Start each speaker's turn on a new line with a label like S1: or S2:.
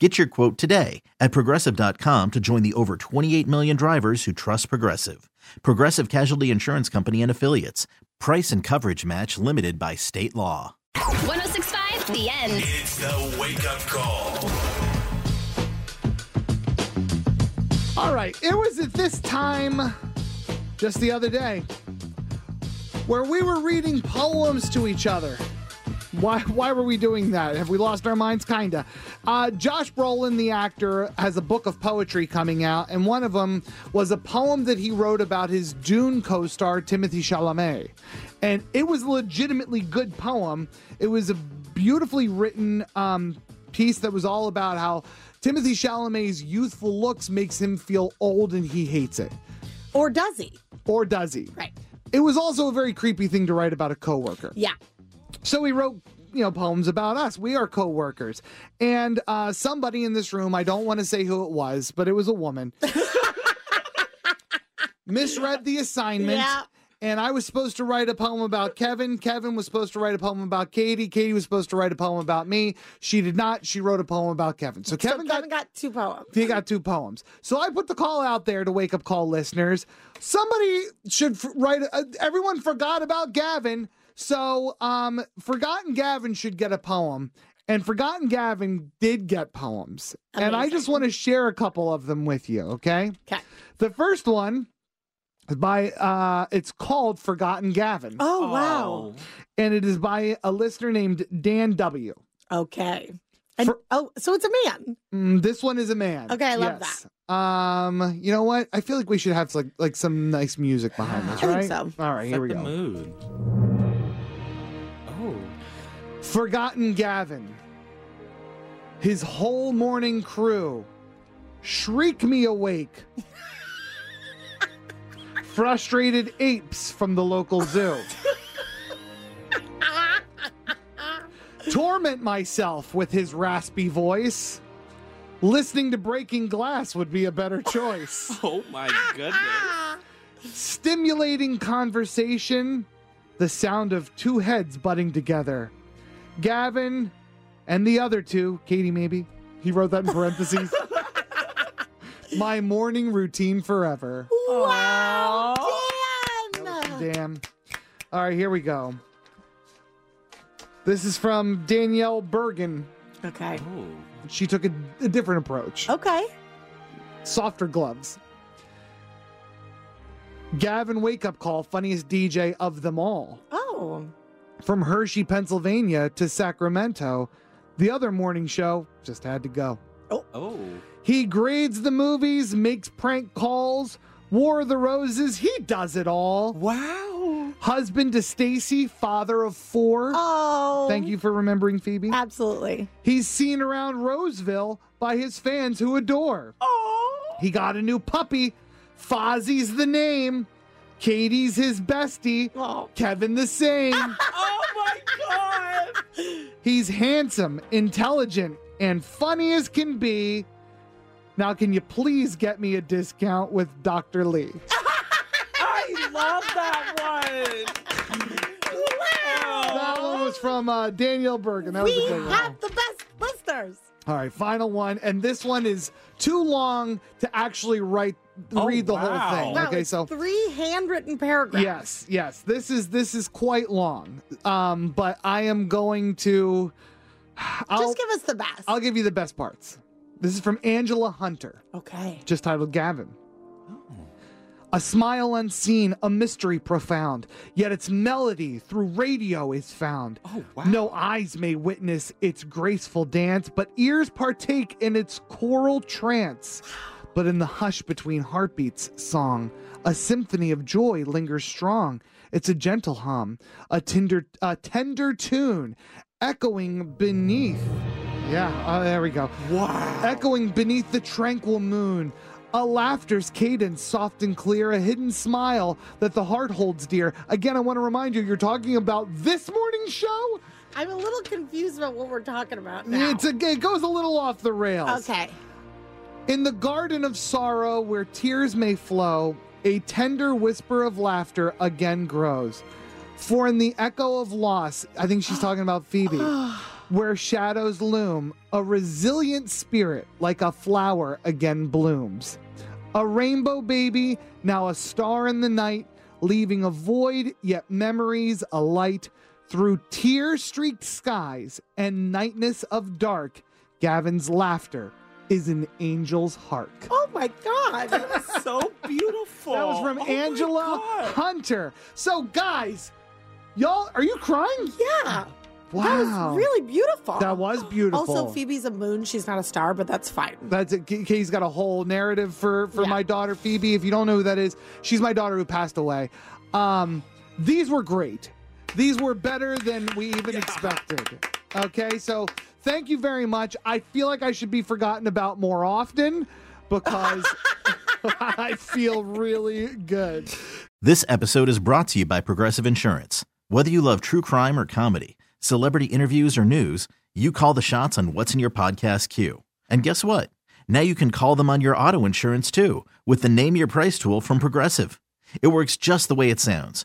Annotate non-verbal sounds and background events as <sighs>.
S1: Get your quote today at progressive.com to join the over 28 million drivers who trust Progressive. Progressive Casualty Insurance Company and Affiliates. Price and coverage match limited by state law.
S2: 1065, the end.
S3: It's the wake up call.
S4: All right, it was at this time just the other day where we were reading poems to each other. Why, why were we doing that? Have we lost our minds? Kinda. Uh, Josh Brolin, the actor, has a book of poetry coming out, and one of them was a poem that he wrote about his Dune co star, Timothy Chalamet. And it was a legitimately good poem. It was a beautifully written um, piece that was all about how Timothy Chalamet's youthful looks makes him feel old and he hates it.
S5: Or does he?
S4: Or does he?
S5: Right.
S4: It was also a very creepy thing to write about a coworker.
S5: Yeah.
S4: So he wrote, you know, poems about us. We are co-workers. And uh, somebody in this room, I don't want to say who it was, but it was a woman, <laughs> misread the assignment.
S5: Yeah.
S4: And I was supposed to write a poem about Kevin. Kevin was supposed to write a poem about Katie. Katie was supposed to write a poem about me. She did not. She wrote a poem about Kevin. So Kevin,
S5: Kevin, Kevin got, two poems.
S4: he got two poems. So I put the call out there to wake up call listeners. Somebody should f- write. Uh, everyone forgot about Gavin, so um, forgotten Gavin should get a poem. And forgotten Gavin did get poems, and I just want to share a couple of them with you. Okay.
S5: Okay.
S4: The first one is by uh, it's called Forgotten Gavin,
S5: Oh, wow.
S4: and it is by a listener named Dan W.
S5: Okay. And
S4: Oh. For-
S5: oh, so it's a man.
S4: Mm, this one is a man.
S5: Okay, I love
S4: that. Um, you know what? I feel like we should have like like some nice music behind this,
S5: I
S4: right?
S5: think so.
S4: All right, here we go.
S6: mood. Oh.
S4: Forgotten Gavin. His whole morning crew shriek me awake.
S5: <laughs>
S4: Frustrated apes from the local
S5: <laughs>
S4: zoo. Torment myself with his raspy voice. Listening to Breaking Glass would be a better choice
S6: Oh my goodness.
S4: stimulating conversation, the sound of two heads butting together. Gavin and the other two, Katie maybe. He wrote that in parentheses. My morning routine forever.
S5: Wow. Dan.
S4: Damn. All right, here we go. This is from Danielle Bergen.
S5: Okay.
S6: Oh.
S4: She took a, a different approach.
S5: Okay.
S4: softer gloves. Gavin wake up call, funniest DJ of them all.
S5: Oh.
S4: From Hershey, Pennsylvania to Sacramento, the other morning show just had to go.
S6: Oh.
S4: He grades the movies, makes prank calls, War of the Roses, he does it all.
S6: Wow.
S4: Husband to Stacy, father of four.
S5: Oh.
S4: Thank you for remembering Phoebe.
S5: Absolutely.
S4: He's seen around Roseville by his fans who adore.
S5: Oh.
S4: He got a new puppy. Fozzie's the name. Katie's his bestie.
S5: Oh.
S4: Kevin the same.
S6: <laughs> Oh my god.
S4: He's handsome, intelligent, and funny as can be. Now, can you please get me a discount with Dr. Lee?
S6: I love that one.
S4: That one was from uh, Danielle Bergen. That was
S5: We
S4: a good one.
S5: have the best listeners.
S4: All right, final one. And this one is too long to actually write,
S6: Oh,
S4: read the
S6: wow.
S4: whole thing.
S5: Wow,
S4: okay,
S5: it's
S4: so.
S5: three handwritten paragraphs.
S4: Yes, yes. This is this is quite long. Um, but I am going to <sighs> I'll
S5: Just give us the best.
S4: I'll give you the best parts. This is from Angela Hunter,
S5: Okay.
S4: just titled Gavin. A smile unseen, a mystery profound, yet its melody through radio is found.
S6: Oh, wow.
S4: No eyes may witness its graceful dance, but ears partake in its choral trance. But in the hush between heartbeats, song, a symphony of joy lingers strong. It's a gentle hum, a tender, a tender tune, echoing beneath. Yeah, uh, there we go.
S6: Wow.
S4: Echoing beneath the tranquil moon, a laughter's cadence, soft and clear, a hidden smile that the heart holds dear. Again, I want to remind you, you're talking about this morning's show.
S5: I'm a little confused about what we're talking about now.
S4: It's a, it goes a little off the rails.
S5: okay.
S4: In the garden of sorrow, where tears may flow, a tender whisper of laughter again grows. For in the echo of loss, I think she's talking about Phoebe, where shadows loom, a resilient spirit like a flower again blooms. A rainbow baby, now a star in the night, leaving a void, yet memories alight. Through tear streaked skies and nightness of dark, Gavin's laughter is an angel's hark.
S5: Oh my
S4: <laughs>
S5: God.
S6: so beautiful.
S4: That was from
S6: Oh my
S4: Angela
S6: God.
S4: Hunter. So, guys, y'all, are you crying?
S5: yeah.
S4: Wow.
S5: That was really beautiful.
S4: That was beautiful.
S5: Also, Phoebe's a moon. She's not a star, but that's fine.
S4: That's it. K- Katie's got a whole narrative for for
S5: Yeah.
S4: my daughter Phoebe. If you don't know who that is, she's my daughter who passed away. Um, these were great. These were better than we even expected. Okay, so thank you very much. I feel like I should be forgotten about more often
S6: <laughs>
S4: because <laughs> I feel really good.
S1: This episode is brought to you by Progressive Insurance. Whether you love true crime or comedy, celebrity interviews or news, you call the shots on what's in your podcast queue. And guess what? Now you can call them on your auto insurance too with the Name Your Price tool from Progressive. It works just the way it sounds.